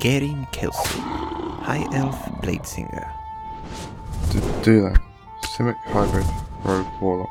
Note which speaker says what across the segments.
Speaker 1: Garin Kelsey, High Elf Bladesinger.
Speaker 2: D- do that. Simic Hybrid Rogue Warlock.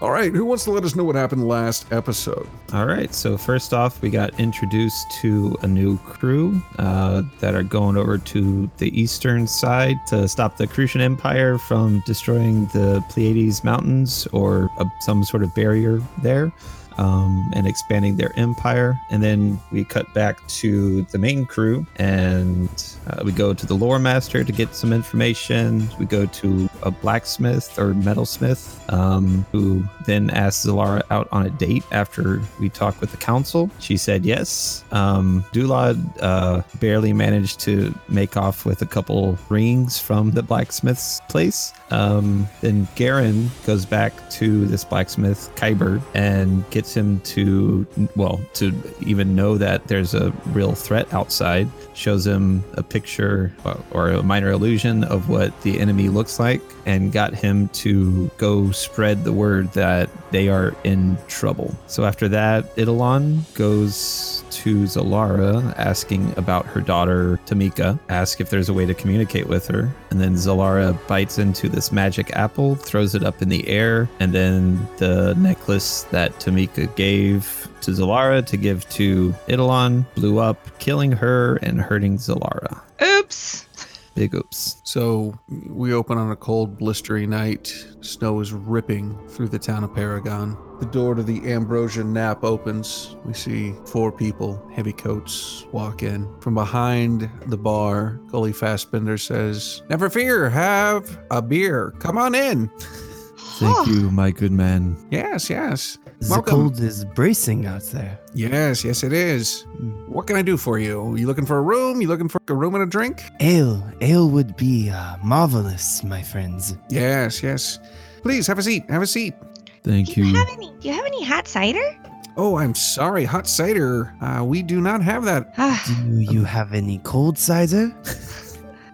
Speaker 3: All right, who wants to let us know what happened last episode?
Speaker 4: All right. So first off, we got introduced to a new crew uh, that are going over to the eastern side to stop the Crucian Empire from destroying the Pleiades Mountains or uh, some sort of barrier there. Um, and expanding their empire. And then we cut back to the main crew and uh, we go to the lore master to get some information. We go to a blacksmith or metalsmith um, who then asks Zalara out on a date after we talk with the council. She said yes. Um, Dulad uh, barely managed to make off with a couple rings from the blacksmith's place. Um, then Garen goes back to this blacksmith, Kyber, and gets him to, well, to even know that there's a real threat outside. Shows him a picture uh, or a minor illusion of what the enemy looks like and got him to go spread the word that they are in trouble. So after that, Idolon goes to Zalara asking about her daughter Tamika, ask if there's a way to communicate with her, and then Zalara bites into this magic apple, throws it up in the air, and then the necklace that Tamika gave to Zalara to give to Idolon blew up, killing her and hurting Zalara.
Speaker 5: Oops.
Speaker 4: Big oops.
Speaker 6: So we open on a cold, blistery night. Snow is ripping through the town of Paragon. The door to the Ambrosia Nap opens. We see four people, heavy coats, walk in. From behind the bar, Gully Fassbender says, Never fear, have a beer. Come on in.
Speaker 5: Huh.
Speaker 4: you, my good man.
Speaker 6: Yes, yes.
Speaker 7: The
Speaker 6: Welcome.
Speaker 7: cold is bracing out there.
Speaker 6: Yes, yes, it is. What can I do for you? You looking for a room? You looking for a room and a drink?
Speaker 7: Ale, ale would be uh, marvelous, my friends.
Speaker 6: Yes, yes. Please have a seat. Have a seat.
Speaker 4: Thank
Speaker 5: Do you have any? Do you have any hot cider?
Speaker 6: Oh, I'm sorry. Hot cider. Uh, we do not have that.
Speaker 5: Ah,
Speaker 7: Do you have any cold cider?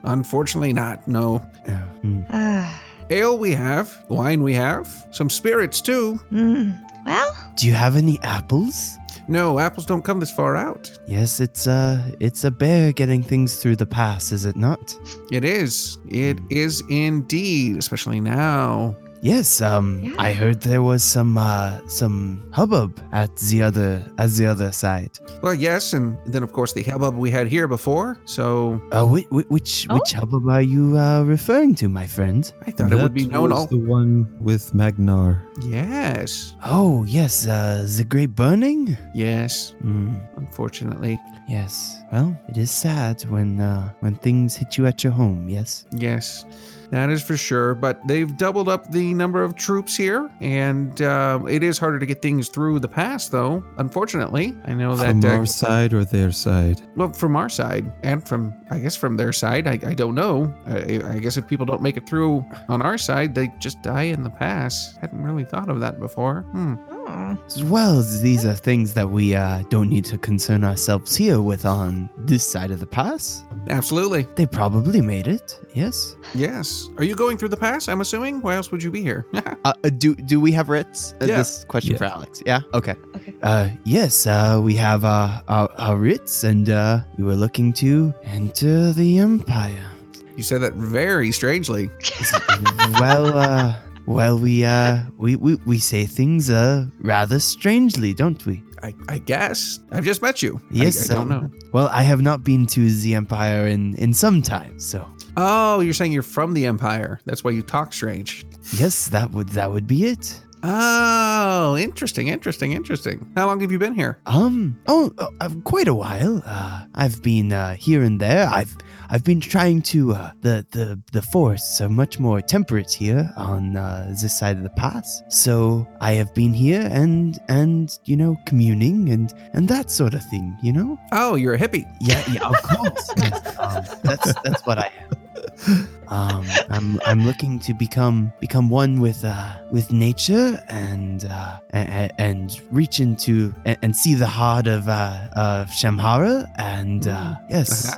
Speaker 6: Unfortunately, not. No.
Speaker 7: Uh, hmm.
Speaker 5: ah,
Speaker 6: Ale we have, wine we have, some spirits too.
Speaker 5: mm. Well,
Speaker 7: Do you have any apples?
Speaker 6: No, apples don't come this far out.
Speaker 7: Yes, it's uh, it's a bear getting things through the pass, is it not?
Speaker 6: It is. It is indeed, especially now.
Speaker 7: Yes, um,
Speaker 5: Yeah.
Speaker 7: I heard there was some uh, some hubbub at the other at the other side.
Speaker 6: Well, yes, and then of course the hubbub we had here before. So
Speaker 7: Uh, which which,
Speaker 5: Oh.
Speaker 7: which hubbub are you uh, referring to, my friend?
Speaker 6: I thought it would be known all.
Speaker 4: the one with Magnar.
Speaker 6: Yes,
Speaker 7: Oh yes, uh, the Great Burning.
Speaker 6: yes.
Speaker 7: Hmm.
Speaker 8: Mm,
Speaker 6: Unfortunately,
Speaker 7: Yes. Well, it is sad when uh, when things hit you at your home. Yes.
Speaker 6: yes, that is for sure. But they've doubled up the number of troops here, and uh, it is harder to get things through the pass, though. Unfortunately, I know that
Speaker 4: From
Speaker 6: uh,
Speaker 4: our side or their side?
Speaker 6: Well, from our side, and from I guess from their side, I, I don't know. I, I guess if people don't make it through on our side, they just die in the pass. Hadn't really thought of that before. Hmm.
Speaker 5: oh,
Speaker 7: As well, these are things that we uh, don't need to concern ourselves here with on this side of the pass.
Speaker 6: Absolutely,
Speaker 7: They probably made it. Yes.
Speaker 6: yes. Are you going through the pass? I'm assuming. Why else would you be here?
Speaker 8: Uh, uh, do do we have writs? Uh,
Speaker 6: Yeah.
Speaker 8: This question for Alex. Yeah. Okay.
Speaker 7: Uh, yes. Uh, we have uh, our our writs, and uh, we were looking to enter the empire.
Speaker 6: you said that very strangely.
Speaker 7: well, uh, well, we uh, we, we we say things uh rather strangely, don't we?
Speaker 6: I, I guess I've just met you. I-
Speaker 7: Yes,
Speaker 6: I, don't
Speaker 7: um,
Speaker 6: know.
Speaker 7: Well, I have not been to the Empire in in some time, so
Speaker 6: Oh, you're saying you're from the Empire. That's why you talk strange.
Speaker 7: yes, that would that would be it.
Speaker 6: Oh, interesting, interesting, interesting. How long have you been here?
Speaker 7: Um, oh, uh, uh, quite a while. Uh, I've been uh, here and there. I've I've been trying to. Uh, the the the forests are much more temperate here on uh, this side of the pass, so I have been here and and you know communing and and that sort of thing. You know.
Speaker 6: Oh, you're a hippie.
Speaker 7: Yeah, yeah, of course. yes, um, That's that's what I am. Um, I'm I'm looking to become become one with uh, with nature and uh, and, and reach into and, and see the heart of uh, of Shamhara and uh, yes.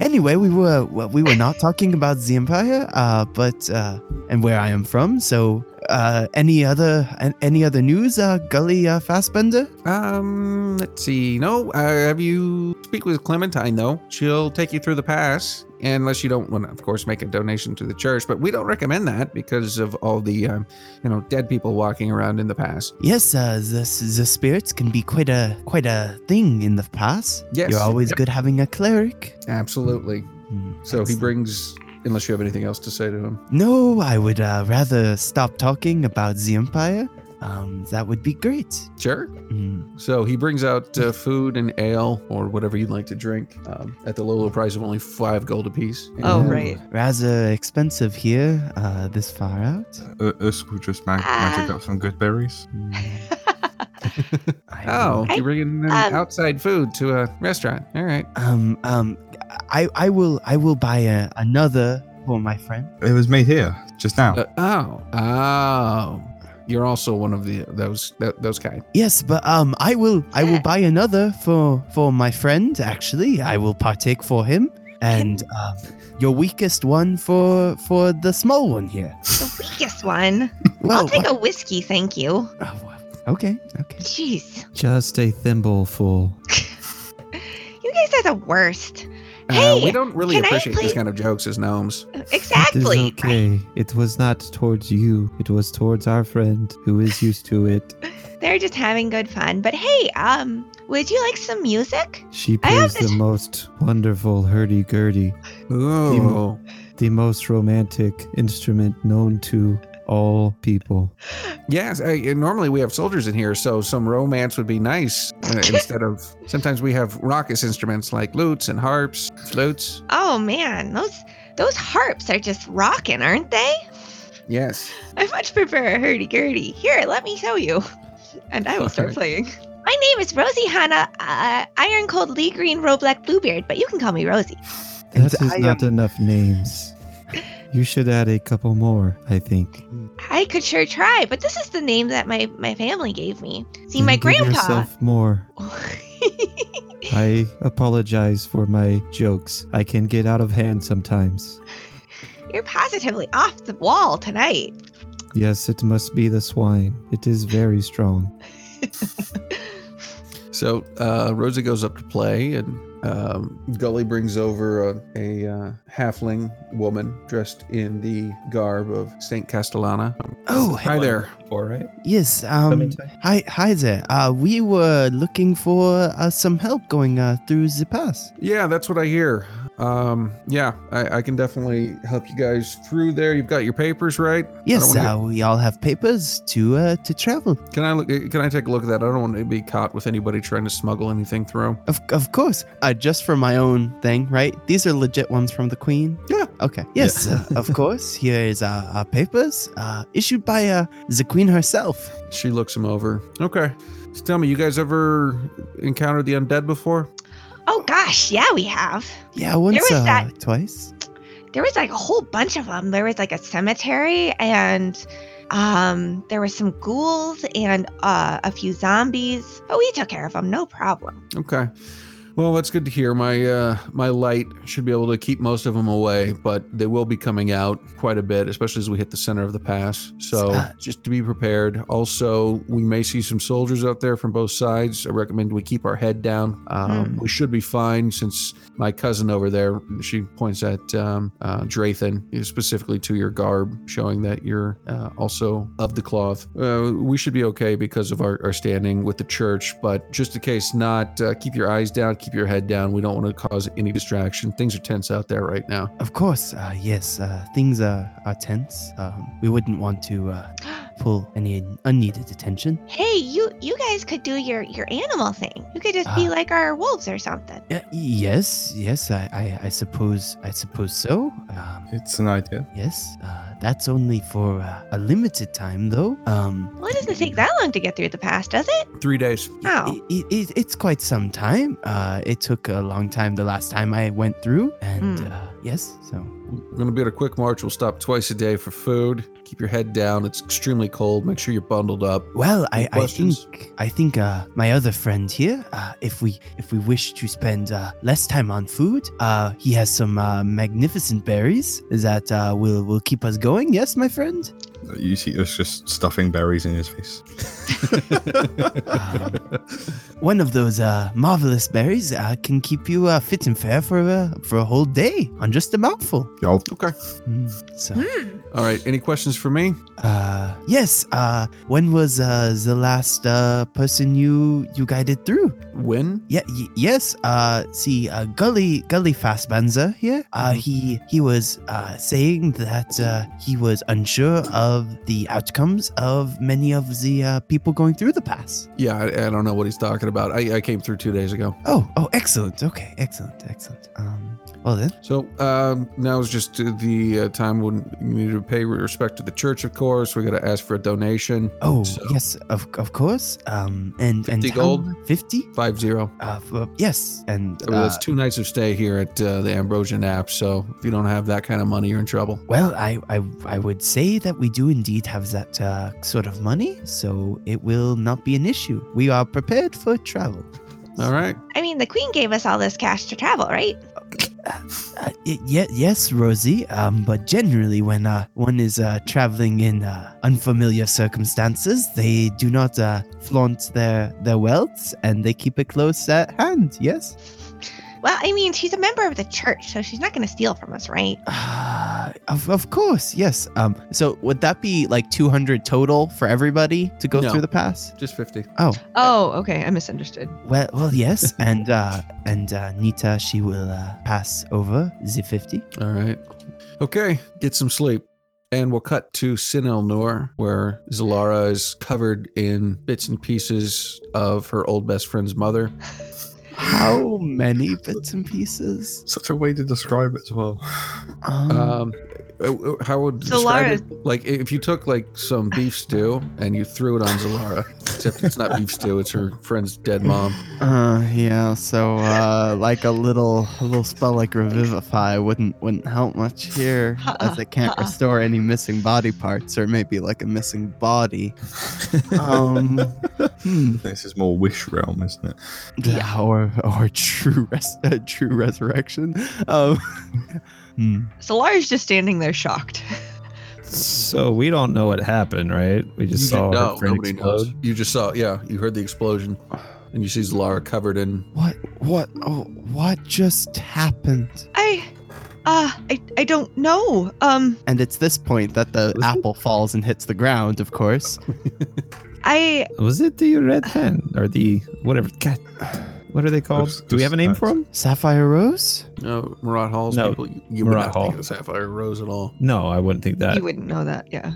Speaker 7: Anyway, we were well, we were not talking about the empire, uh, but uh, and where I am from. So, uh, any other an- any other news, uh, Gully uh, Fassbender?
Speaker 6: Um, let's see. No, uh, have you speak with Clementine though? She'll take you through the pass, unless you don't want to, of course, make a donation to the church. But we don't recommend that because of all the, um, you know, dead people walking around in the pass.
Speaker 7: Yes, uh, the the spirits can be quite a quite a thing in the past.
Speaker 6: Yes.
Speaker 7: You're always
Speaker 6: Yep.
Speaker 7: good having a cleric. Hmm,
Speaker 6: Absolutely. So he brings. Unless you have anything else to say to him.
Speaker 7: No, I would uh, rather stop talking about the empire. Um, that would be great.
Speaker 6: Sure.
Speaker 7: Mm.
Speaker 6: So he brings out uh, food and ale or whatever you'd like to drink um, at the low, low price of only five gold apiece.
Speaker 9: Oh,
Speaker 6: And-
Speaker 9: right.
Speaker 7: Rather expensive here, uh, this far out. Hmm,
Speaker 2: Uh, Usk will just mag-
Speaker 5: Ah.
Speaker 2: magic up some good berries.
Speaker 6: Oh,
Speaker 5: I-
Speaker 6: you're bringing in
Speaker 5: um,
Speaker 6: outside food to a restaurant. All right.
Speaker 7: Um, um, I I will I will buy a, another for my friend.
Speaker 2: It was made here just now.
Speaker 6: Uh, oh, oh, you're also one of the those th- those kind.
Speaker 7: Yes, but um, I will I will buy another for for my friend. Actually, I will partake for him, and um, your weakest one for for the small one here.
Speaker 5: The weakest one.
Speaker 7: Well,
Speaker 5: I'll take a whiskey, thank you.
Speaker 7: oh, okay, okay.
Speaker 5: Jeez.
Speaker 4: Just a thimbleful.
Speaker 5: You guys are the worst.
Speaker 6: Uh,
Speaker 5: Hey,
Speaker 6: we don't really
Speaker 5: can I
Speaker 6: appreciate
Speaker 5: play-
Speaker 6: these kind of jokes as gnomes.
Speaker 4: It is
Speaker 5: Exactly.
Speaker 4: okay. It was not towards you. It was towards our friend who is used to it.
Speaker 5: They're just having good fun. But hey, um, would you like some music?
Speaker 4: She
Speaker 5: I have
Speaker 4: plays the
Speaker 5: this-
Speaker 4: most wonderful hurdy-gurdy,
Speaker 6: Oh,
Speaker 4: the most romantic instrument known to all people.
Speaker 6: yes. I, and normally we have soldiers in here, so some romance would be nice uh, instead of. Sometimes we have raucous instruments like lutes and harps, flutes.
Speaker 5: Oh man, those those harps are just rocking, aren't they?
Speaker 6: Yes.
Speaker 5: I much prefer a hurdy-gurdy. Here, let me show you. And I will start playing. My name is Rosie Hanna, uh, Iron Cold Lee Green Roblack Bluebeard, but you can call me Rosie.
Speaker 7: And
Speaker 4: That is
Speaker 7: I,
Speaker 4: not enough names. You should add a couple more, I think.
Speaker 5: I could sure try, but this is the name that my, my family gave me. See, my
Speaker 4: Then give
Speaker 5: grandpa.
Speaker 4: yourself more. I apologize for my jokes. I can get out of hand sometimes.
Speaker 5: You're positively off the wall tonight.
Speaker 4: Yes, it must be the swine. It is very strong.
Speaker 6: So uh, Rosie goes up to play, and um, Gully brings over a, a uh, halfling woman dressed in the garb of Saint Castellana.
Speaker 7: Oh,
Speaker 6: hi there.
Speaker 4: All right.
Speaker 7: Yes. Um. Hi. Hi there. Uh, we were looking for uh, some help going uh, through the pass.
Speaker 6: Yeah, that's what I hear. Um, yeah, I, I can definitely help you guys through there. You've got your papers, right?
Speaker 7: Yes.
Speaker 6: wanna
Speaker 7: Uh, we all have papers to uh, to travel.
Speaker 6: Can I look? eh, Can I take a look at that? I don't want to be caught with anybody trying to smuggle anything through.
Speaker 7: Of, of course. Uh, just for my own thing, right? These are legit ones from the Queen.
Speaker 6: Yeah.
Speaker 7: Okay. Yes, uh, of course. Here is our, our papers uh, issued by uh, the Queen herself.
Speaker 6: She looks him over. Okay. So tell me, you guys ever encountered the undead before?
Speaker 5: Oh gosh, yeah, we have.
Speaker 7: Yeah, once,
Speaker 5: was
Speaker 7: uh,
Speaker 5: that-
Speaker 7: twice.
Speaker 5: There was like a whole bunch of them. There was like a cemetery, and um, there were some ghouls and uh, a few zombies. But we took care of them, no problem.
Speaker 6: Okay. Well, that's good to hear. My uh, my light should be able to keep most of them away, but they will be coming out quite a bit, especially as we hit the center of the pass. So
Speaker 7: Uh,
Speaker 6: just to be prepared. Also, we may see some soldiers out there from both sides. I recommend we keep our head down. Um, We should be fine since my cousin over there, she points at um, uh, Drathan, specifically to your garb, showing that you're uh, also of the cloth. Uh, we should be okay because of our, our standing with the church, but just in case not, uh, keep your eyes down, keep your head down. We don't want to cause any distraction. Things are tense out there right now.
Speaker 7: Of course. Uh, yes, uh, things are, are tense. Um, we wouldn't want to uh, pull any unneeded attention.
Speaker 5: Hey, you you guys could do your your animal thing. You could just be
Speaker 7: Ah.
Speaker 5: like our wolves or something.
Speaker 7: Yeah, yes, yes, I, I, I suppose, I suppose so. Um,
Speaker 10: It's an idea.
Speaker 7: yes, uh, that's only for uh, a limited time, though. Um,
Speaker 5: Well, it doesn't take that long to get through the pass, does it?
Speaker 6: Three days.
Speaker 5: Oh.
Speaker 7: it, it, it's quite some time. Uh, it took a long time the last time I went through, and
Speaker 5: Hmm.
Speaker 7: uh, yes, so
Speaker 6: We're going to be on a quick march. We'll stop twice a day for food. Keep your head down. It's extremely cold. Make sure you're bundled up.
Speaker 7: Well, I, I think
Speaker 6: questions?
Speaker 7: I think uh, my other friend here, uh, if we if we wish to spend uh, less time on food, uh, he has some uh, magnificent berries that uh, will will keep us going. Yes, my friend.
Speaker 10: You see us just stuffing berries in his face.
Speaker 7: Um, one of those uh, marvelous berries uh, can keep you uh, fit and fair for uh, for a whole day on just a mouthful.
Speaker 10: Yo,
Speaker 6: Okay.
Speaker 7: Mm, so.
Speaker 6: All right. Any questions for me?
Speaker 7: Uh, yes. Uh, when was uh, the last uh, person you you guided through?
Speaker 6: When?
Speaker 7: Yeah. Y- yes. Uh, see, uh, Gully Gully Fastbanzer here. Uh, he he was uh, saying that uh, he was unsure of the outcomes of many of the uh, people going through the pass.
Speaker 6: Yeah, I, I don't know what he's talking about. I, I came through two days ago.
Speaker 7: Oh. Oh. Excellent. Okay. Excellent. Excellent. Um. Well then.
Speaker 6: So um, now is just uh, the uh, time when you need to pay respect to the church, of course. We got to ask for a donation.
Speaker 7: Oh
Speaker 6: So-
Speaker 7: yes. Of of course. Um. And and
Speaker 6: 50
Speaker 7: how
Speaker 6: gold?
Speaker 7: mu- Fifty.
Speaker 6: Five zero.
Speaker 7: Uh. f- yes. And
Speaker 6: I mean,
Speaker 7: uh,
Speaker 6: that's two nights of stay here at uh, the Ambrosian app. So if you don't have that kind of money, you're in trouble.
Speaker 7: Well, I, I, I would say that we do indeed have that uh, sort of money, so it will not be an issue. We are prepared for travel.
Speaker 6: All right.
Speaker 5: I mean, the queen gave us all this cash to travel, right?
Speaker 7: Uh, y- ye- yes, Rosie, um, but generally, when uh, one is uh, traveling in uh, unfamiliar circumstances, they do not uh, flaunt their, their wealth and they keep it close at hand, yes?
Speaker 5: Well, I mean, she's a member of the church, so she's not going to steal from us, right?
Speaker 7: Uh, of, of course, yes. Um,
Speaker 8: So would that be like 200 total for everybody to go
Speaker 6: No.
Speaker 8: through the pass?
Speaker 6: Just 50.
Speaker 5: Oh, okay. I misunderstood.
Speaker 7: well, well, yes, and uh, and uh, Nita, she will uh, pass over the 50.
Speaker 6: All right. Okay. Get some sleep. And we'll cut to Sin El Noor, where Zalara is covered in bits and pieces of her old best friend's mother.
Speaker 7: How many bits and pieces?
Speaker 10: such a way to describe it as well.
Speaker 7: Um,
Speaker 6: Um, uh, uh, how would you describe
Speaker 5: Zalara's-
Speaker 6: it? Like if you took like some beef stew and you threw it on Zalara, except it's not beef stew; it's her friend's dead mom.
Speaker 8: Uh, yeah. So uh, like a little a little spell like revivify wouldn't wouldn't help much here, as it can't
Speaker 5: Uh-uh.
Speaker 8: restore any missing body parts or maybe like a missing body.
Speaker 7: um, hmm.
Speaker 10: This is more wish realm, isn't it?
Speaker 8: Yeah, or or true res- uh, true resurrection. Um,
Speaker 7: Hmm.
Speaker 5: Solara's just standing there shocked.
Speaker 4: So we don't know what happened, right? We just saw her friend explode.
Speaker 6: You just saw, yeah, you heard the explosion, and you see Zalara covered in.
Speaker 8: what what oh what just happened?
Speaker 5: I, uh, I, I don't know. Um,
Speaker 8: And it's this point that the apple falls and hits the ground. Of course.
Speaker 5: I,
Speaker 4: Was it the red hen or the whatever? God, what are they called? Do we have a name for them?
Speaker 8: Sapphire Rose?
Speaker 6: No, Marat Hall's
Speaker 4: No,
Speaker 6: people. You, you would
Speaker 4: Marat
Speaker 6: not
Speaker 4: Hall.
Speaker 6: think it was Sapphire Rose at all.
Speaker 4: No, I wouldn't think that.
Speaker 5: you wouldn't know that, yeah.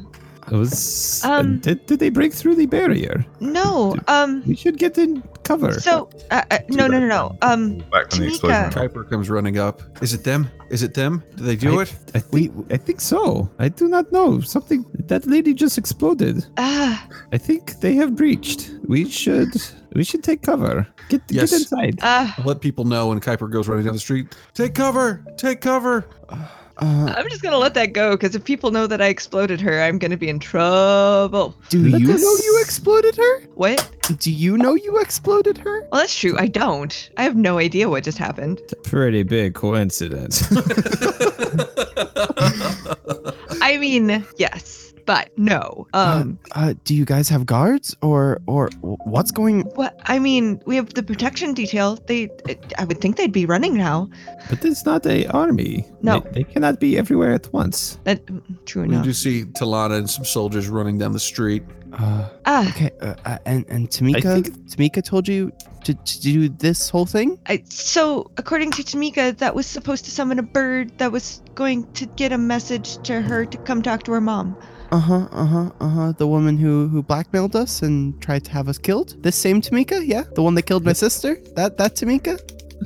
Speaker 4: It was.
Speaker 5: Um,
Speaker 4: did, did they break through the barrier?
Speaker 5: No, um,
Speaker 4: We should get in cover.
Speaker 5: so, uh, uh, no, no, no, no. Um,
Speaker 10: Back when the explosion.
Speaker 5: Tamika.
Speaker 6: Kuiper comes running up. Is it them? Is it them? Do they do
Speaker 4: I-
Speaker 6: it?
Speaker 4: I think, I think so. I do not know. Something that lady just exploded.
Speaker 5: uh,
Speaker 4: I think they have breached. We should we should take cover. Get
Speaker 6: Yes.
Speaker 4: get inside.
Speaker 5: uh,
Speaker 6: I'll let people know when Kuiper goes running down the street. Take cover! Take cover!
Speaker 8: Uh,
Speaker 5: I'm just gonna let that go because if people know that I exploded her, I'm gonna be in trouble.
Speaker 8: do
Speaker 4: Let
Speaker 8: you
Speaker 4: us-
Speaker 8: know you exploded her?
Speaker 5: What?
Speaker 8: Do you know you exploded her?
Speaker 5: Well, that's true. I don't. I have no idea what just happened.
Speaker 4: Pretty big coincidence.
Speaker 5: I mean, yes, but no. Um,
Speaker 8: Uh, do you guys have guards or or what's going?
Speaker 5: what? I mean, we have the protection detail. They, I would think they'd be running now.
Speaker 4: but it's not a army.
Speaker 5: No.
Speaker 4: They, they cannot be everywhere at once.
Speaker 5: That true
Speaker 6: You
Speaker 5: enough.
Speaker 6: do see Talana and some soldiers running down the street.
Speaker 7: Uh,
Speaker 5: Ah,
Speaker 7: okay, uh, uh, and and Tamika,
Speaker 4: think-
Speaker 7: Tamika told you to, to do this whole thing.
Speaker 5: I, so according to Tamika, that was supposed to summon a bird that was going to get a message to her to come talk to her mom.
Speaker 7: Uh huh. Uh huh. Uh huh. The woman who who blackmailed us and tried to have us killed. This same Tamika, yeah, the one that killed my sister. That that Tamika.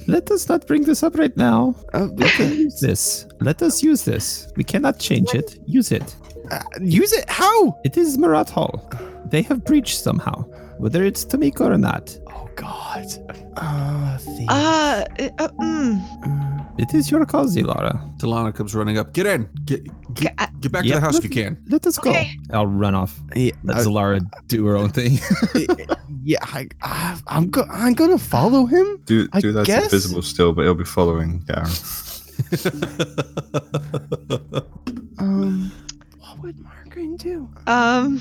Speaker 4: Let us not bring this up right now.
Speaker 7: Uh,
Speaker 4: We can use this. Let us use this. We cannot change it. Use it.
Speaker 7: uh, use it. How?
Speaker 4: It is Marat Hall. They have breached somehow, whether it's Tamiko or not.
Speaker 7: Oh God. Ah, thieves.
Speaker 5: Uh, uh mm.
Speaker 4: It is your call, Zilara.
Speaker 6: Delana comes running up. Get in. Get get,
Speaker 5: I-
Speaker 6: get back to
Speaker 4: Yeah.
Speaker 6: the house if you can.
Speaker 4: Let us go.
Speaker 5: Okay.
Speaker 4: I'll run off.
Speaker 7: Yeah,
Speaker 4: Let
Speaker 7: uh,
Speaker 4: Zilara do her own thing.
Speaker 7: yeah. I, I, I'm go- I'm gonna follow him.
Speaker 10: Do
Speaker 7: I
Speaker 10: do that's
Speaker 7: guess-
Speaker 10: invisible still, but it'll be following Darren.
Speaker 7: Um, what would Margaret do?
Speaker 5: Um,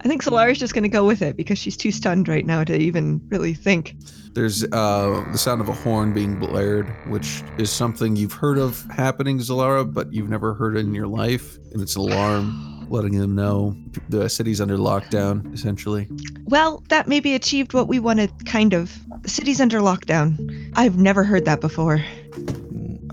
Speaker 5: I think Solara's just gonna go with it because she's too stunned right now to even really think.
Speaker 6: There's uh, the sound of a horn being blared, which is something you've heard of happening, Zalara, but you've never heard it in your life. And it's an alarm letting them know the city's under lockdown, essentially.
Speaker 5: Well, that maybe achieved what we wanted, kind of. The city's under lockdown. I've never heard that before.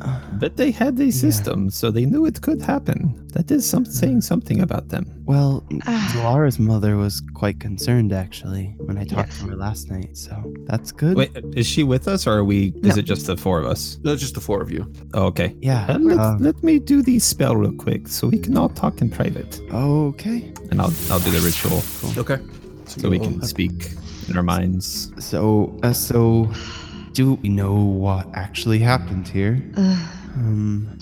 Speaker 7: Uh,
Speaker 4: but they had a system, so they knew it could happen. That is some, saying something about them.
Speaker 7: Well,
Speaker 5: Ah.
Speaker 7: Lara's mother was quite concerned actually when I talked
Speaker 5: Yes.
Speaker 7: to her last night, so that's good.
Speaker 4: Wait, is she with us, or are we? Is
Speaker 5: No.
Speaker 4: it just the four of us?
Speaker 6: No, just the four of you.
Speaker 4: Oh, okay.
Speaker 7: Yeah.
Speaker 4: Uh, let,
Speaker 7: um,
Speaker 4: let me do the spell real quick, so we can all talk in private,
Speaker 7: okay.
Speaker 4: and I'll I'll do the ritual,
Speaker 6: Okay.
Speaker 4: so we can speak in our minds.
Speaker 7: So, uh, so, do we know what actually happened here?
Speaker 4: Uh.
Speaker 5: Ugh.
Speaker 7: Um,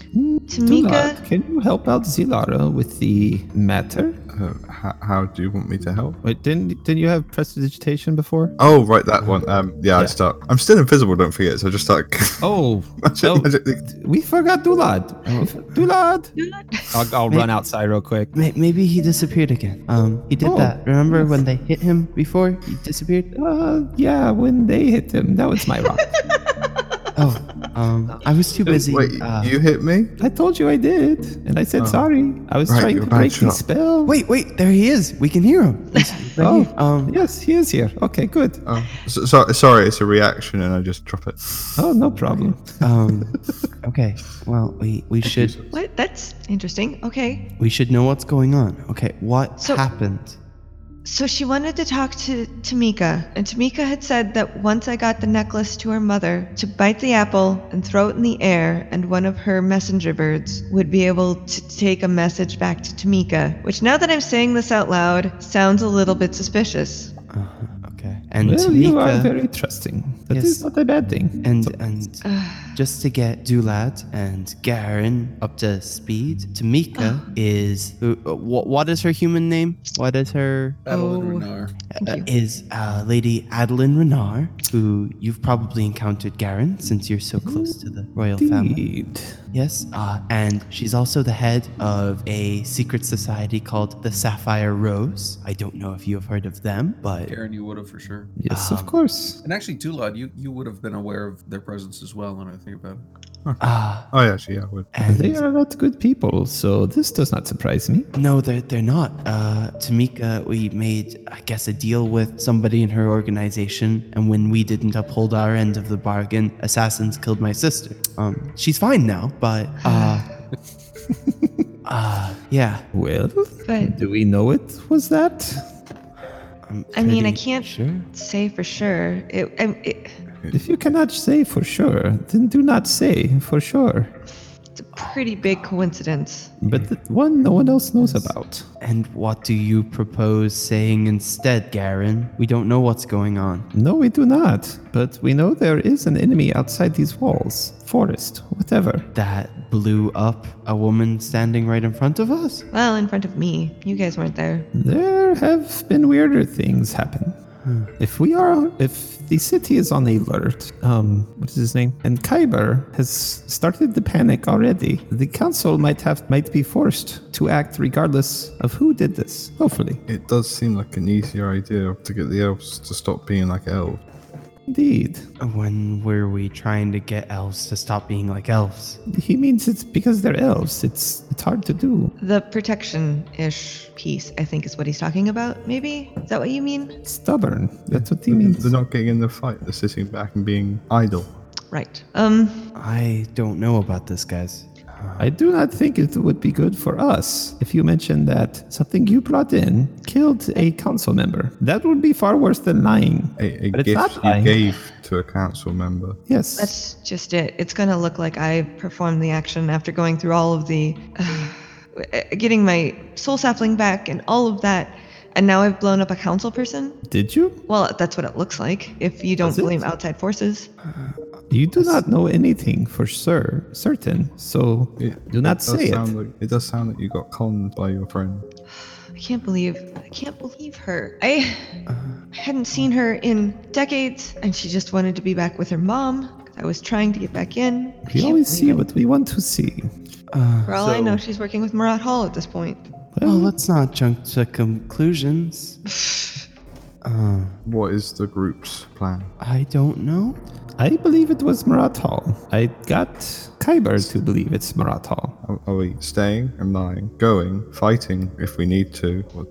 Speaker 5: Tamika,
Speaker 4: Dulak, can you help out Zilara with the matter?
Speaker 10: Uh, how, how do you want me to help?
Speaker 4: Wait, didn't didn't you have prestidigitation before?
Speaker 10: Oh, right,
Speaker 7: Uh-huh.
Speaker 10: that one. Um, yeah, I
Speaker 4: Yeah.
Speaker 10: start. I'm still invisible. Don't forget. So I just start.
Speaker 4: Oh,
Speaker 10: magic-
Speaker 4: no.
Speaker 10: magic-
Speaker 4: we forgot Dulad. We for- Dulad. I'll, I'll run outside real quick.
Speaker 7: may- maybe he disappeared again. Um, he did
Speaker 4: Oh.
Speaker 7: that. Remember when they hit him before? He disappeared.
Speaker 4: Uh, yeah, when they hit him, that was my rock.
Speaker 7: Oh, um, I was too busy.
Speaker 10: Wait,
Speaker 7: uh,
Speaker 10: you hit me?
Speaker 4: I told you I did, and I said sorry. I was
Speaker 10: Oh. Right,
Speaker 4: trying
Speaker 10: you're
Speaker 4: to
Speaker 10: bad
Speaker 4: break the
Speaker 10: shot.
Speaker 4: spell.
Speaker 7: wait, wait, there he is. We can hear him. He's right
Speaker 4: Oh.
Speaker 7: here. um,
Speaker 4: Yes, he is here. Okay, good.
Speaker 10: Oh, so, so, sorry, it's a reaction, and I just drop it.
Speaker 4: Oh, no problem.
Speaker 7: um, okay. Well, we we should
Speaker 5: what? That's interesting. Okay.
Speaker 7: we should know what's going on. Okay, what
Speaker 5: So-
Speaker 7: happened?
Speaker 5: So she wanted to talk to Tamika, and Tamika had said that once I got the necklace to her mother, to bite the apple and throw it in the air, and one of her messenger birds would be able to take a message back to Tamika, which now that I'm saying this out loud, sounds a little bit suspicious.
Speaker 7: Uh, okay, and
Speaker 4: well, you are
Speaker 7: Tamika-
Speaker 4: very trusting. That is
Speaker 7: Yes.
Speaker 4: not a bad thing.
Speaker 7: And and just to get Dulad and Garen up to speed, Tamika
Speaker 5: Oh.
Speaker 7: is what? What is her human name? What is her
Speaker 6: Adeline
Speaker 5: Oh.
Speaker 6: Renar.
Speaker 7: uh,
Speaker 5: Thank you.
Speaker 7: is uh, Lady Adeline Renar, who you've probably encountered Garen since you're so close to the royal family.
Speaker 4: Indeed.
Speaker 7: Yes, uh, and she's also the head of a secret society called the Sapphire Rose. I don't know if you have heard of them, but
Speaker 6: Aaron, you would have for sure.
Speaker 4: Yes,
Speaker 7: Um,
Speaker 4: Ah, of course.
Speaker 6: And actually, Dulad, you, you would have been aware of their presence as well when I think about it.
Speaker 7: uh,
Speaker 10: Oh, yeah, actually, yeah, I would.
Speaker 7: and
Speaker 4: They are not good people, so this does not surprise me.
Speaker 7: No, they're, they're not. Uh, Tamika, we made, I guess, a deal with somebody in her organization, and when we didn't uphold our end of the bargain, assassins killed my sister. Um, she's fine now, but uh, uh, yeah.
Speaker 4: Well,
Speaker 5: But
Speaker 4: do we know it was that?
Speaker 7: I'm
Speaker 5: I mean, I
Speaker 7: pretty
Speaker 5: can't-
Speaker 7: Sure.
Speaker 5: say for sure. It, I, it,
Speaker 4: If you cannot say for sure, then do not say for sure.
Speaker 5: it's a pretty big coincidence.
Speaker 4: But the one no one else knows about.
Speaker 7: And what do you propose saying instead, Garen? We don't know what's going on.
Speaker 4: No, we do not. But we know there is an enemy outside these walls, forest, whatever.
Speaker 7: That blew up a woman standing right in front of us?
Speaker 5: Well, in front of me. You guys weren't there.
Speaker 4: There have been weirder things happen. If we are, if the city is on alert, um, what is his name? And Kyber has started the panic already. The council might have, might be forced to act regardless of who did this. Hopefully,
Speaker 10: It does seem like an easier idea to get the elves to stop being like elves.
Speaker 4: indeed.
Speaker 7: When were we trying to get elves to stop being like elves?
Speaker 4: He means it's because they're elves. It's it's hard to do.
Speaker 5: The protection ish piece, I think, is what he's talking about, maybe? Is that what you mean?
Speaker 4: Stubborn. That's what he means.
Speaker 10: They're not getting in the fight, they're sitting back and being idle.
Speaker 5: Right. Um,
Speaker 7: I don't know about this, guys.
Speaker 4: I do not think it would be good for us if you mentioned that something you brought in killed a council member. That would be far worse than lying.
Speaker 10: A, a
Speaker 4: But it's
Speaker 10: gift
Speaker 4: not
Speaker 10: you
Speaker 4: lying.
Speaker 10: gave to a council member.
Speaker 4: Yes.
Speaker 5: That's just it. It's going to look like I performed the action after going through all of the getting my soul sapling back and all of that. And now I've blown up a council person?
Speaker 4: Did you?
Speaker 5: Well, that's what it looks like if you don't
Speaker 4: Does it?
Speaker 5: blame outside forces.
Speaker 4: You do not know anything for sure, certain. So do not
Speaker 10: does
Speaker 4: say it.
Speaker 10: sound Like, it does sound like you got conned by your friend.
Speaker 5: I can't believe I can't believe her. I
Speaker 4: Uh-huh.
Speaker 5: I hadn't seen her in decades and she just wanted to be back with her mom. 'cause I was trying to get back in. I
Speaker 4: We
Speaker 5: can't
Speaker 4: always
Speaker 5: believe
Speaker 4: see what we want to see.
Speaker 5: it. For all I know, she's working with Murat Hall at this point.
Speaker 7: Well, let's not jump to conclusions. Uh,
Speaker 10: What is the group's plan?
Speaker 7: I don't know.
Speaker 4: I believe it was Marat Hall. I got Kyber to believe it's Marat Hall.
Speaker 10: Are, are we staying and lying, going, fighting if we need to? Or-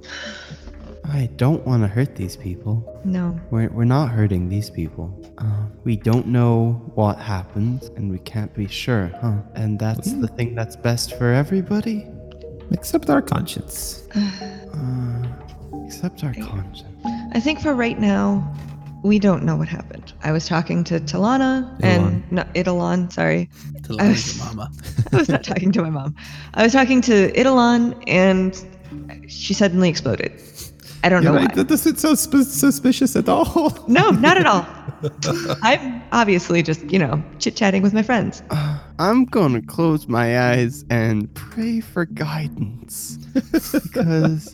Speaker 7: I don't want to hurt these people.
Speaker 5: No.
Speaker 7: We're, we're not hurting these people. Uh, we don't know what happened, and we can't be sure, huh? And that's the thing that's best for everybody,
Speaker 4: Except our conscience.
Speaker 7: except our conscience.
Speaker 5: I think for right now, we don't know what happened. I was talking to Talana and no, Italon, sorry. I was,
Speaker 9: mama.
Speaker 5: I was not talking to my mom. I was talking to Italon and she suddenly exploded. I don't know
Speaker 4: You're
Speaker 5: why.
Speaker 4: right, That doesn't sound sp- suspicious at all.
Speaker 5: No, not at all. I'm obviously just, you know, chit chatting with my friends.
Speaker 7: I'm gonna close my eyes and pray for guidance. because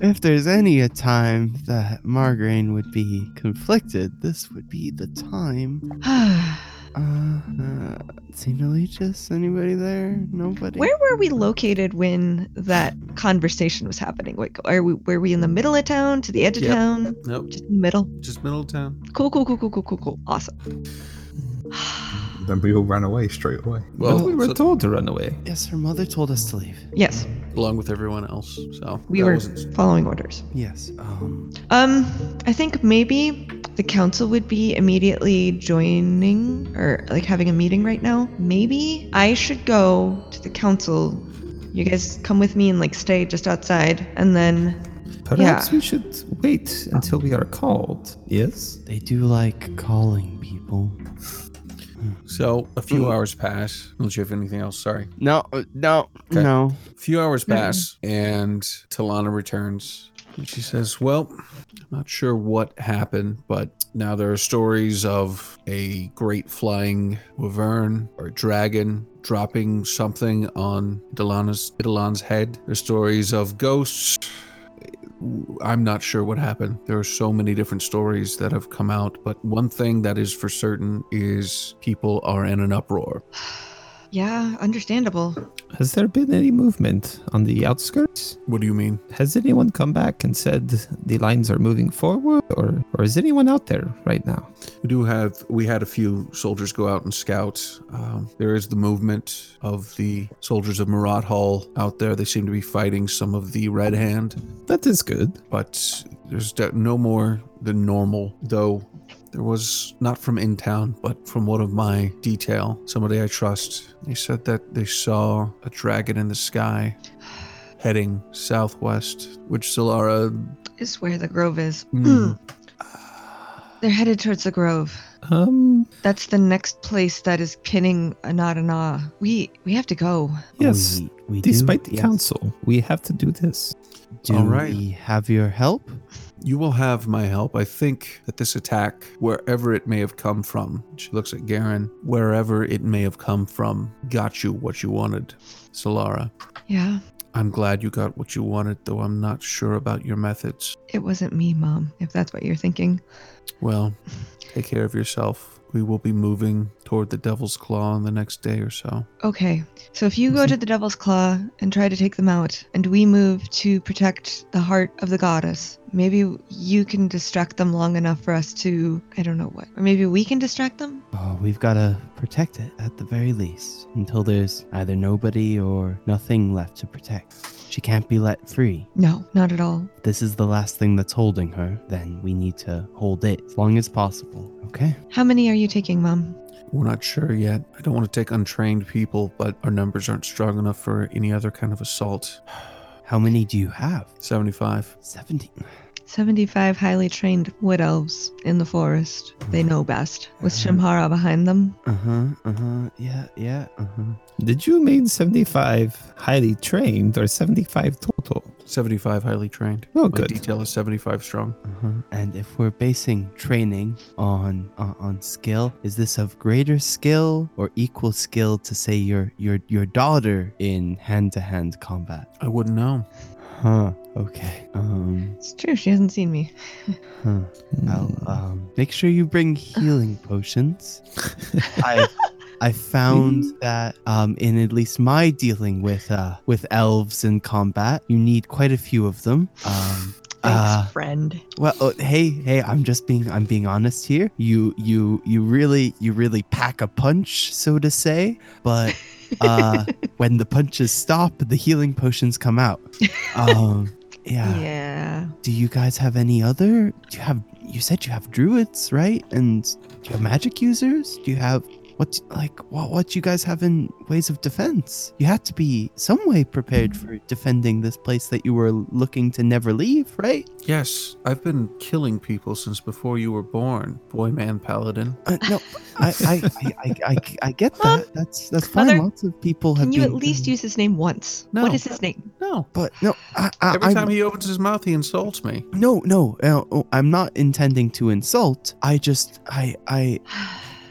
Speaker 7: if there's any a time that Margarine would be conflicted, this would be the time. Uh, uh Xenoletius, anybody there? Nobody?
Speaker 5: Where were we located when that conversation was happening? Like, are we were we in the middle of town, to the edge of
Speaker 11: Yep.
Speaker 5: town,
Speaker 11: Nope.
Speaker 5: just middle?
Speaker 11: Just middle of town.
Speaker 5: Cool, cool, cool, cool, cool, cool, cool. Awesome.
Speaker 10: then we all ran away straight away.
Speaker 4: Well,
Speaker 11: Well,
Speaker 4: we were
Speaker 11: so-
Speaker 4: told to run away.
Speaker 7: Yes, her mother told us to leave.
Speaker 5: Yes,
Speaker 11: along with everyone else. So
Speaker 5: we
Speaker 11: that
Speaker 5: were
Speaker 11: wasn't-
Speaker 5: following orders.
Speaker 7: Yes. Um,
Speaker 5: Um, I think maybe the council would be immediately joining or like having a meeting right now. Maybe I should go to the council. You guys come with me and like stay just outside, and then
Speaker 4: Perhaps
Speaker 5: Yeah.
Speaker 4: we should wait until we are called. Yes?
Speaker 7: they do like calling people.
Speaker 11: So a few hours pass. Unless you have anything else, sorry.
Speaker 7: No, uh, no,
Speaker 11: Okay.
Speaker 7: no.
Speaker 11: A few hours pass, and Talana returns. And she says, Well, I'm not sure what happened, but now there are stories of a great flying wyvern or dragon dropping something on Delana's Idolan's head. There's stories of ghosts. I'm not sure what happened. There are so many different stories that have come out, but one thing that is for certain is people are in an uproar.
Speaker 5: yeah, understandable.
Speaker 4: Has there been any movement on the outskirts?
Speaker 11: What do you mean?
Speaker 4: Has anyone come back and said the lines are moving forward, or, or is anyone out there right now?
Speaker 11: We do have. We had a few soldiers go out and scout. Um, there is the movement of the soldiers of Marat Hall out there. They seem to be fighting some of the Red Hand,
Speaker 4: That is good.
Speaker 11: but there's de- no more than normal. Though there was not from in town, but from one of my detail, somebody I trust. They said that they saw a dragon in the sky. Heading southwest, which Solara.
Speaker 5: Is where the grove is.
Speaker 11: Mm.
Speaker 5: They're headed towards the grove.
Speaker 4: Um,
Speaker 5: That's the next place that is uh, pinning Anadana. We we have to go.
Speaker 4: yes.
Speaker 7: Oh, We, we do,
Speaker 4: Despite the
Speaker 7: yes.
Speaker 4: council, we have to do this.
Speaker 7: Do
Speaker 11: All right.
Speaker 7: we have your help?
Speaker 11: You will have my help. I think that this attack, wherever it may have come from, she looks at Garen, wherever it may have come from, got you what you wanted. Solara,
Speaker 5: Yeah.
Speaker 11: I'm glad you got what you wanted, though I'm not sure about your methods.
Speaker 5: It wasn't me, Mom, if that's what you're thinking.
Speaker 11: Well, take care of yourself. We will be moving toward the Devil's Claw in the next day or so.
Speaker 5: Okay. So if you go to the Devil's Claw and try to take them out, and we move to protect the heart of the goddess, maybe you can distract them long enough for us to, I don't know what, or maybe we can distract them?
Speaker 7: Oh, we've got to protect it at the very least until there's either nobody or nothing left to protect. She can't be let free.
Speaker 5: No, not at all.
Speaker 7: If this is the last thing that's holding her, then we need to hold it as long as possible. Okay?
Speaker 5: How many are you taking, Mom?
Speaker 6: We're not sure yet. I don't want to take untrained people, but our numbers aren't strong enough for any other kind of assault.
Speaker 7: How many do you have?
Speaker 6: 75.
Speaker 7: 70.
Speaker 5: 75 highly trained wood elves in the forest. They know best. With Shimhara behind them.
Speaker 7: Uh huh. Uh huh. Yeah. Yeah. Uh huh.
Speaker 4: Did you mean 75 highly trained or 75 total?
Speaker 6: 75 highly trained.
Speaker 4: Oh,
Speaker 6: My
Speaker 4: good.
Speaker 6: detail is 75 strong.
Speaker 7: Uh-huh. And if we're basing training on uh, on skill, is this of greater skill or equal skill to say your your your daughter in hand to hand combat?
Speaker 6: I wouldn't know.
Speaker 7: Huh. Okay. Um.
Speaker 5: It's true. She hasn't seen me.
Speaker 7: Huh.
Speaker 4: Hmm.
Speaker 7: I'll um. Make sure you bring healing potions. I. I found that um, in at least my dealing with uh, with elves in combat, you need quite a few of them. Um, uh,
Speaker 5: Thanks, friend.
Speaker 7: Well, oh, hey, hey, I'm just being I'm being honest here. You you you really you really pack a punch, so to say, but uh when the punches stop, the healing potions come out. Um yeah.
Speaker 5: Yeah.
Speaker 7: Do you guys have any other? Do you have you said you have druids, right? And do you have magic users? Do you have what like what what you guys have in ways of defense? You had to be some way prepared for defending this place that you were looking to never leave, right?
Speaker 6: Yes, I've been killing people since before you were born, boy man paladin.
Speaker 7: Uh, no, I, I, I, I, I, I get
Speaker 5: Mom?
Speaker 7: that. That's that's fine.
Speaker 5: Mother,
Speaker 7: Lots of people have.
Speaker 5: Can you at
Speaker 7: been-
Speaker 4: Mm.
Speaker 5: least use his name once?
Speaker 6: No.
Speaker 5: What is his name?
Speaker 6: No.
Speaker 7: But no, I, I,
Speaker 6: Every
Speaker 7: I-
Speaker 6: time he opens his mouth, he insults me.
Speaker 7: no, no, uh, oh, I'm not intending to insult. I just, I, I,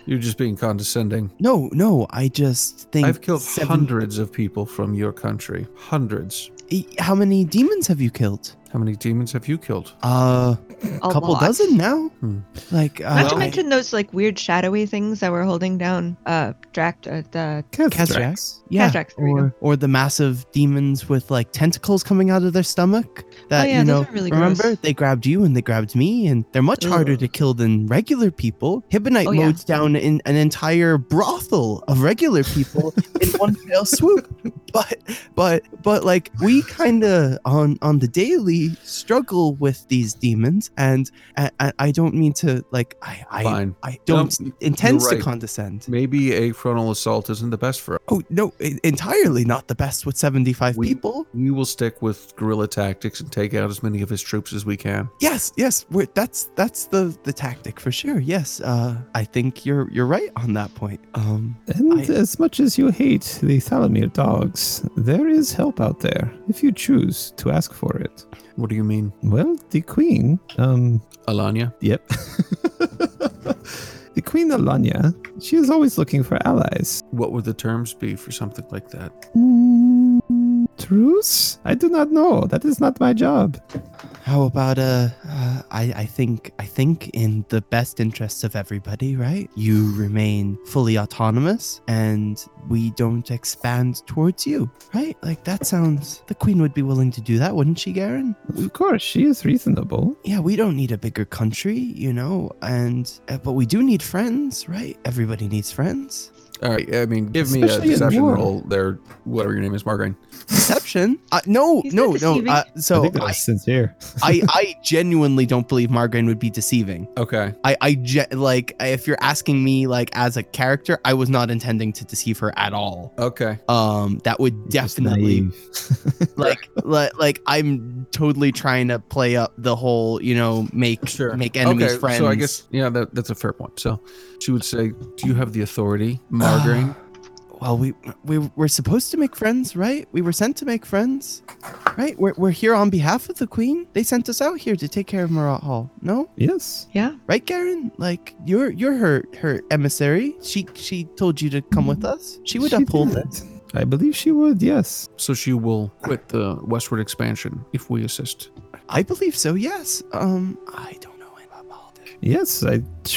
Speaker 6: You're just being condescending.
Speaker 7: no, no, I just think
Speaker 6: I've killed
Speaker 7: seven-
Speaker 6: hundreds of people from your country. Hundreds.
Speaker 7: E- How many demons have you killed?
Speaker 6: How many demons have you killed?
Speaker 7: Uh,
Speaker 5: A
Speaker 7: couple
Speaker 5: lot.
Speaker 7: dozen now.
Speaker 6: Hmm.
Speaker 7: Like,
Speaker 5: Not
Speaker 7: uh,
Speaker 5: to
Speaker 7: I-
Speaker 5: mention those like weird shadowy things that were holding down uh Dract uh, the
Speaker 7: Kazrax. Yeah.
Speaker 5: Kazrax, there we go.
Speaker 7: Or, or the massive demons with like tentacles coming out of their stomach. That
Speaker 5: Oh, yeah,
Speaker 7: you
Speaker 5: those
Speaker 7: know,
Speaker 5: are really
Speaker 7: remember
Speaker 5: gross.
Speaker 7: they grabbed you and they grabbed me, and they're much harder
Speaker 5: Ugh.
Speaker 7: to kill than regular people. Hibonite
Speaker 5: Oh, yeah.
Speaker 7: mows down in an entire brothel of regular people in one fell swoop. But but but like we kind of on on the daily struggle with these demons, and I, I- I don't mean to like I I,
Speaker 6: Fine.
Speaker 7: I don't
Speaker 6: Nope,
Speaker 7: intend
Speaker 6: you're
Speaker 7: to
Speaker 6: right.
Speaker 7: condescend.
Speaker 6: Maybe a frontal assault isn't the best for us.
Speaker 7: Oh no, e- entirely not the best with 75
Speaker 6: We-
Speaker 7: people.
Speaker 6: We will stick with guerrilla tactics and take out as many of his troops as we can.
Speaker 7: Yes, yes, we're, that's that's the the tactic for sure. Yes, uh, I think you're you're right on that point. Um,
Speaker 4: And
Speaker 7: I-
Speaker 4: as much as you hate the Thalamir dogs, there is help out there if you choose to ask for it.
Speaker 6: What do you mean,
Speaker 4: Well, the queen, um,
Speaker 6: Alanya?
Speaker 4: Yep. the Queen Alanya, she is always looking for allies.
Speaker 6: What would the terms be for something like that?
Speaker 4: Mm, truce? I do not know. That is not my job.
Speaker 7: how about uh, uh, I I think I think in the best interests of everybody, right? You remain fully autonomous, and we don't expand towards you, right? Like that sounds. The queen would be willing to do that, wouldn't she, Garen?
Speaker 4: Of course, she is reasonable.
Speaker 7: yeah, we don't need a bigger country, you know, and uh, but we do need friends, right? Everybody needs friends.
Speaker 6: All right. I mean, give me
Speaker 4: Especially in
Speaker 6: a deception
Speaker 4: war.
Speaker 6: roll there, whatever your name is, Margarine.
Speaker 7: Deception? Uh, no,
Speaker 5: He's
Speaker 7: no,
Speaker 5: not
Speaker 7: no.
Speaker 5: deceiving.
Speaker 7: Uh,
Speaker 4: I
Speaker 7: so
Speaker 4: think that
Speaker 7: I,
Speaker 4: was sincere.
Speaker 7: I, I genuinely don't believe Margarine would be deceiving.
Speaker 6: Okay.
Speaker 7: I, I ge- like if you're asking me like as a character, I was not intending to deceive her at all.
Speaker 6: Okay.
Speaker 7: Um, that would
Speaker 4: Just
Speaker 7: definitely
Speaker 4: naive.
Speaker 7: like li- like I'm totally trying to play up the whole you know make
Speaker 6: Sure.
Speaker 7: make enemies
Speaker 6: okay,
Speaker 7: friends.
Speaker 6: So I guess yeah, that, that's a fair point. So she would say, "Do you have the authority, Margarine?"
Speaker 7: Uh, Well, we we were supposed to make friends, right? We were sent to make friends, right? We're, we're here on behalf of the queen. They sent us out here to take care of Marat Hall. No,
Speaker 4: yes.
Speaker 5: Yeah.
Speaker 7: right, Garen? Like you're you're her her emissary. She she told you to come with us. She would uphold
Speaker 4: did.
Speaker 7: this.
Speaker 4: I believe she would, yes.
Speaker 6: so she will quit the westward expansion if we assist.
Speaker 7: I believe so. Yes. Um, I don't know anything about all this.
Speaker 4: Yes, I,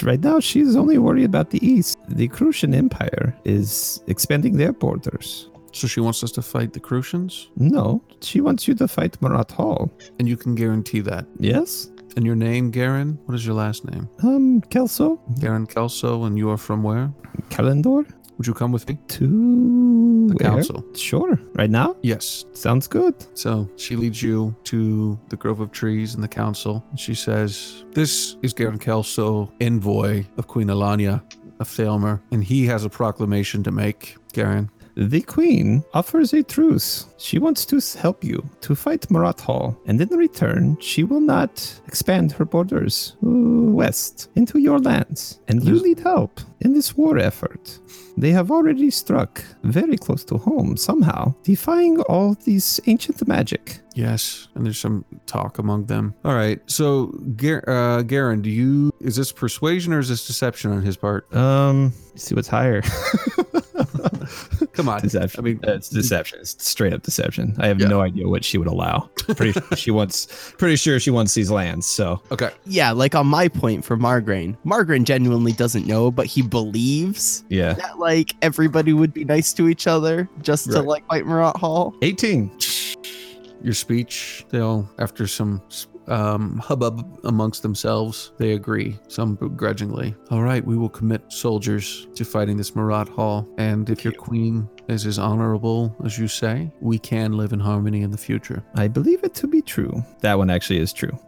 Speaker 4: right now she is only worried about the East. The Crucian Empire is expanding their borders.
Speaker 6: So she wants us to fight the Crucians,
Speaker 4: No, she wants you to fight Marat Hall.
Speaker 6: and you can guarantee that.
Speaker 4: Yes?
Speaker 6: And your name, Garen? What is your last name?
Speaker 4: Um, Kelso?
Speaker 6: Garen Kelso, and you are from where?
Speaker 4: Kalendor?
Speaker 6: Would you come with me?
Speaker 4: To
Speaker 6: The
Speaker 4: where?
Speaker 6: council.
Speaker 4: Sure. Right now?
Speaker 6: Yes.
Speaker 4: Sounds good.
Speaker 6: So she leads you to the grove of trees and the council. And she says, This is Garen Kelso, envoy of Queen Alania. of Thalmer, and he has a proclamation to make. Garen,
Speaker 4: The queen offers a truce. She wants to help you to fight Marat Hall, and in return, she will not expand her borders uh, west into your lands. And you need help in this war effort. They have already struck very close to home somehow, defying all these ancient magic.
Speaker 6: Yes, and there's some talk among them. All right, so Gar- uh, Garen, do you is this persuasion or is this deception on his part?
Speaker 4: Um, let's see what's higher.
Speaker 6: Come on,
Speaker 4: deception.
Speaker 6: I mean,
Speaker 4: Uh, it's deception. It's straight up deception. I have no idea what she would allow. Pretty sure she wants. Pretty sure she wants these lands. So
Speaker 6: okay,
Speaker 7: Yeah, like on my point for Margraine. Margraine genuinely doesn't know, but he believes
Speaker 4: yeah,
Speaker 7: that like everybody would be nice to each other just to
Speaker 4: Right.
Speaker 7: like fight Marat Hall.
Speaker 4: eighteen.
Speaker 6: your speech. They'll after some um, hubbub amongst themselves, they agree, some begrudgingly. All right, we will commit soldiers to fighting this Marat Hall, and if your queen is as honorable as you say, we can live in harmony in the future.
Speaker 4: I believe it to be true. That one actually is true.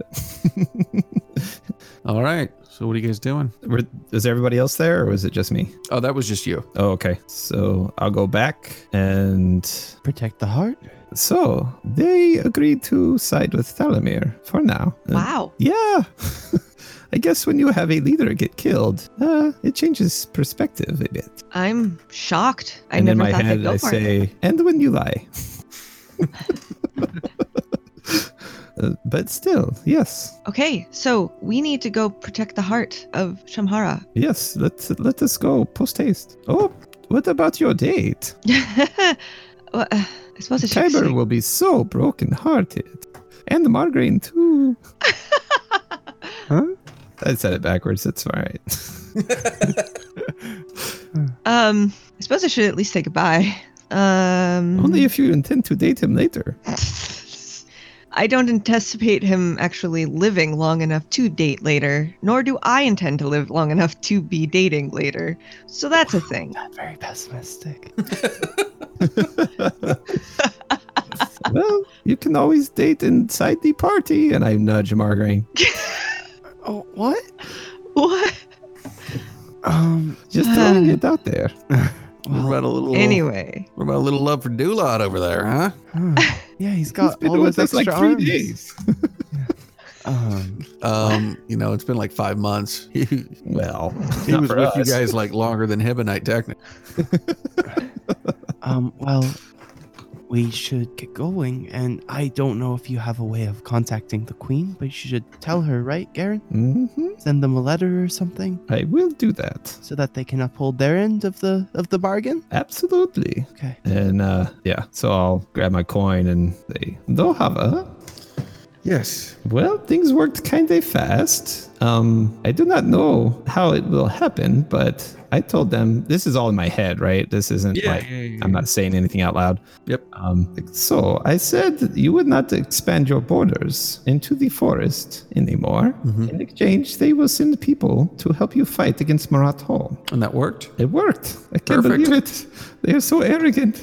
Speaker 6: All right. So what are you guys doing?
Speaker 4: Were, was everybody else there, or was it just me?
Speaker 6: Oh, that was just you.
Speaker 4: Oh, okay. So I'll go back and.
Speaker 7: Protect the heart.
Speaker 4: So they agreed to side with Thalamir for now. Uh,
Speaker 5: Wow.
Speaker 4: Yeah. I guess when you have a leader get killed, uh, it changes perspective a bit.
Speaker 5: I'm shocked. I
Speaker 4: and in
Speaker 5: never
Speaker 4: my
Speaker 5: thought
Speaker 4: head,
Speaker 5: they'd go
Speaker 4: I
Speaker 5: for
Speaker 4: say,
Speaker 5: it.
Speaker 4: and when you lie. Uh, but still, yes,
Speaker 5: Okay, so we need to go protect the heart of Shamhara.
Speaker 4: yes. Let let us go post haste. Oh, what about your date?
Speaker 5: Well, uh, I suppose I should
Speaker 4: Tiber
Speaker 5: say-
Speaker 4: will be so broken hearted, and Margarine too. huh? I said it backwards. That's all right.
Speaker 5: Mm-hmm. Um, I suppose I should at least say goodbye. Um,
Speaker 4: Only if you intend to date him later.
Speaker 5: I don't anticipate him actually living long enough to date later, nor do I intend to live long enough to be dating later. So that's a thing.
Speaker 7: Not very pessimistic.
Speaker 4: well, you can always date inside the party, and I nudge Margarine.
Speaker 7: oh what?
Speaker 5: What?
Speaker 7: Um
Speaker 4: Just throwing it out there.
Speaker 6: What about a little
Speaker 5: Anyway,
Speaker 6: What about a little love for Dulot over there, huh?
Speaker 7: huh. hmm. yeah, he's got
Speaker 4: He's been
Speaker 7: all
Speaker 4: with
Speaker 7: those
Speaker 4: us
Speaker 7: extra
Speaker 4: like three
Speaker 7: arms.
Speaker 4: days.
Speaker 7: Um
Speaker 6: Um, you know, it's been like five months. He, he
Speaker 4: Well, not
Speaker 6: was
Speaker 4: for
Speaker 6: with you
Speaker 4: us.
Speaker 6: guys like longer than him and I technically.
Speaker 7: Um, well, we should get going, and I don't know if you have a way of contacting the queen, but you should tell her, right, Garen?
Speaker 4: Mhm.
Speaker 7: Send them a letter or something
Speaker 4: I will do that.
Speaker 7: so that they can uphold their end of the of the bargain.
Speaker 4: Absolutely.
Speaker 7: Okay.
Speaker 4: And uh, yeah, so I'll grab my coin and they don't have a.
Speaker 2: Yes.
Speaker 4: Well, things worked kind of fast. Um, I do not know how it will happen, but I told them this is all in my head, right? This isn't like I'm not saying anything out loud.
Speaker 6: Yep.
Speaker 4: Um, so I said you would not expand your borders into the forest anymore. In exchange, they will send people to help you fight against Marat Hall.
Speaker 6: And that worked.
Speaker 4: It worked. I can't
Speaker 6: Perfect.
Speaker 4: believe it. They are so arrogant.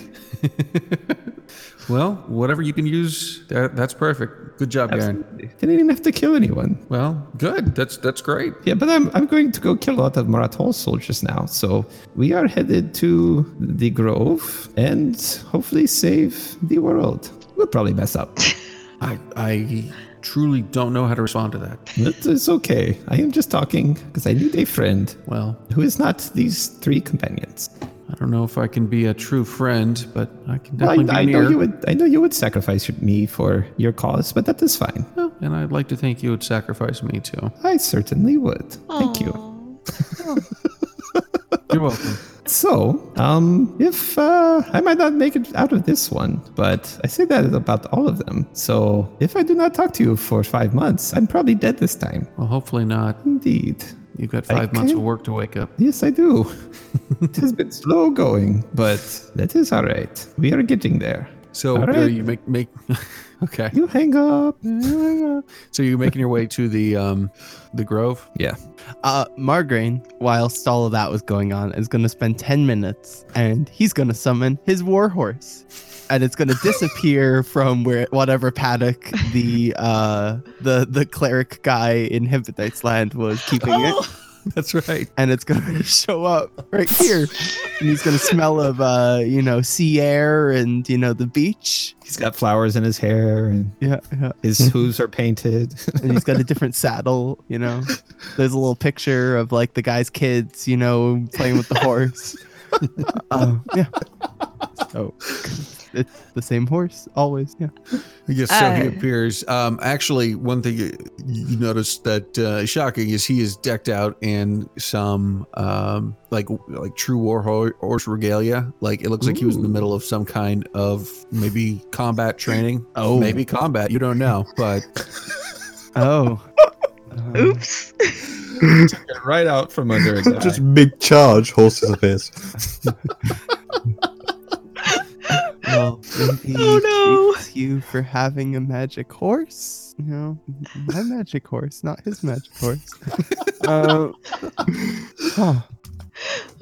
Speaker 6: Well, whatever you can use, that, that's perfect. Good job, Garen.
Speaker 4: They didn't even have to kill anyone.
Speaker 6: Well, good. That's that's great.
Speaker 4: Yeah, but I'm, I'm going to go kill a lot of Marat Hall soldiers now. So we are headed to the Grove and hopefully save the world. We'll probably mess up.
Speaker 6: I I truly don't know how to respond to that.
Speaker 4: But it's okay. I am just talking because I need a friend
Speaker 6: Well,
Speaker 4: who is not these three companions.
Speaker 6: I don't know if I can be a true friend, but I can
Speaker 4: I,
Speaker 6: definitely
Speaker 4: I
Speaker 6: be
Speaker 4: know
Speaker 6: near.
Speaker 4: you would. I know you would sacrifice me for your cause, but that is fine.
Speaker 6: and I'd like to think you would sacrifice me too.
Speaker 4: I certainly would. Thank you.
Speaker 6: You're welcome.
Speaker 4: So, um, if uh, I might not make it out of this one, but I say that about all of them. So, if I do not talk to you for five months, I'm probably dead this time.
Speaker 6: Well, hopefully not.
Speaker 4: Indeed.
Speaker 6: You've got five months
Speaker 4: Okay.
Speaker 6: of work to wake up.
Speaker 4: Yes, I do. it has been slow going, but that is all right. We are getting there.
Speaker 6: So
Speaker 4: All
Speaker 6: uh,
Speaker 4: right.
Speaker 6: you make make okay.
Speaker 4: You hang up.
Speaker 6: So you're making your way to the um the grove.
Speaker 4: Yeah.
Speaker 7: Uh, Margraine, whilst all of that was going on, is going to spend ten minutes, and he's going to summon his war horse, and it's going to disappear from where whatever paddock the uh the the cleric guy in Hippodite's land was keeping it.
Speaker 5: Oh,
Speaker 6: That's right.
Speaker 7: And it's gonna show up right here. and he's gonna smell of uh, you know, sea air and you know the beach.
Speaker 4: He's got flowers in his hair and
Speaker 7: yeah, yeah.
Speaker 4: his hooves are painted.
Speaker 7: and he's got a different saddle, you know. There's a little picture of like the guy's kids, you know, playing with the horse. uh, yeah. So it's the same horse always. Yeah.
Speaker 6: Yes, so he appears. Um, actually, one thing you, you notice that uh, is shocking is he is decked out in some um, like like true war ho- horse regalia. Like it looks like he was in the middle of some kind of maybe combat training.
Speaker 7: Oh.
Speaker 6: maybe combat. You don't know, but
Speaker 7: Oh.
Speaker 5: Oops.
Speaker 4: Took it right out from under a guy.
Speaker 10: Just mid charge, horse disappears.
Speaker 7: Well, maybe
Speaker 5: Oh, no.
Speaker 7: treats you for having a magic horse. You know, my magic horse, not his magic horse. uh, huh.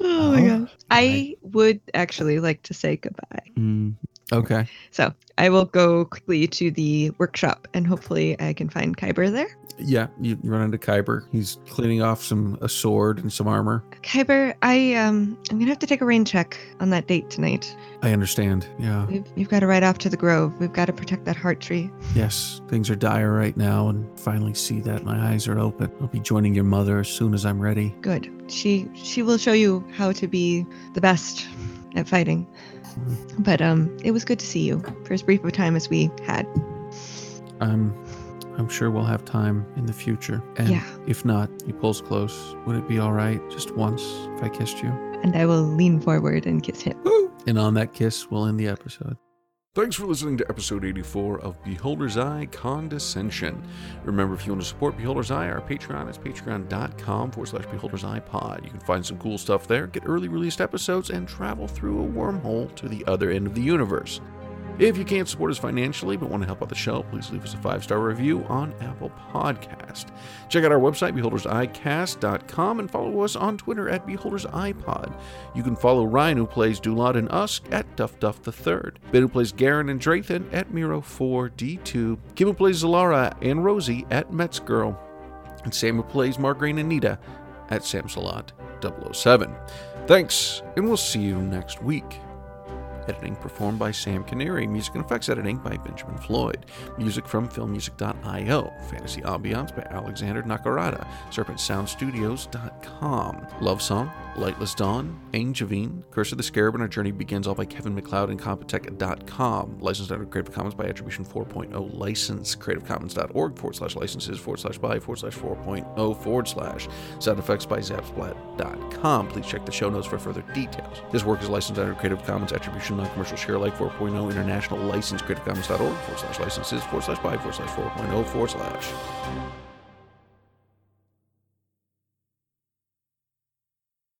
Speaker 5: Oh my
Speaker 7: Oh.
Speaker 5: gosh. I would actually like to say goodbye.
Speaker 7: Mm,
Speaker 6: okay.
Speaker 5: So I will go quickly to the workshop and hopefully I can find Kyber there.
Speaker 6: Yeah, you, you run into Kyber. He's cleaning off some a sword and some armor.
Speaker 5: Kyber, I um I'm gonna have to take a rain check on that date tonight.
Speaker 6: I understand. Yeah.
Speaker 5: We've, you've got to ride off to the grove. We've got to protect that heart tree.
Speaker 6: Yes, things are dire right now, and finally see that my eyes are open. I'll be joining your mother as soon as I'm ready.
Speaker 5: Good. She she will show you how to be the best at fighting. But um it was good to see you for as brief of time as we had.
Speaker 6: I'm, I'm sure we'll have time in the future. And
Speaker 5: Yeah.
Speaker 6: if not, he pulls close. Would it be all right just once if I kissed you?
Speaker 5: And I will lean forward and kiss him.
Speaker 6: And on that kiss, we'll end the episode.
Speaker 11: Thanks for listening to episode 84 of Beholder's Eye Condescension. Remember, if you want to support Beholder's Eye, our Patreon is patreon.com forward slash Beholder's Eye pod. You can find some cool stuff there, get early released episodes, and travel through a wormhole to the other end of the universe. If you can't support us financially but want to help out the show, please leave us a five star review on Apple Podcast. Check out our website, beholdersicast.com, and follow us on Twitter at beholdersipod. You can follow Ryan, who plays Dulot and Usk, at Duff Duff the Third, Ben, who plays Garen and Drathan, at Miro4D2, Kim, who plays Zalara and Rosie, at Mets Girl, and Sam, who plays Margarine and Nita, at Samsalot 007. Thanks, and we'll see you next week. Editing performed by Sam Canary. Music and effects editing by Benjamin Floyd. Music from filmmusic.io. Fantasy ambiance by Alexander Nakarada. SerpentSoundStudios.com. Love song, Lightless Dawn, Angevine, Curse of the Scarab, and Our Journey Begins all by Kevin McLeod and Compotech.com. Licensed under Creative Commons by Attribution oh, 4.0 license. CreativeCommons.org forward slash licenses forward slash by forward slash 4.0 forward slash. Sound effects by Zapsplat.com. Please check the show notes for further details. This work is licensed under Creative Commons Attribution Non Commercial Share Alike oh, 4.0 International License. CreativeCommons.org forward oh slash licenses forward slash by forward slash 4.0 forward slash.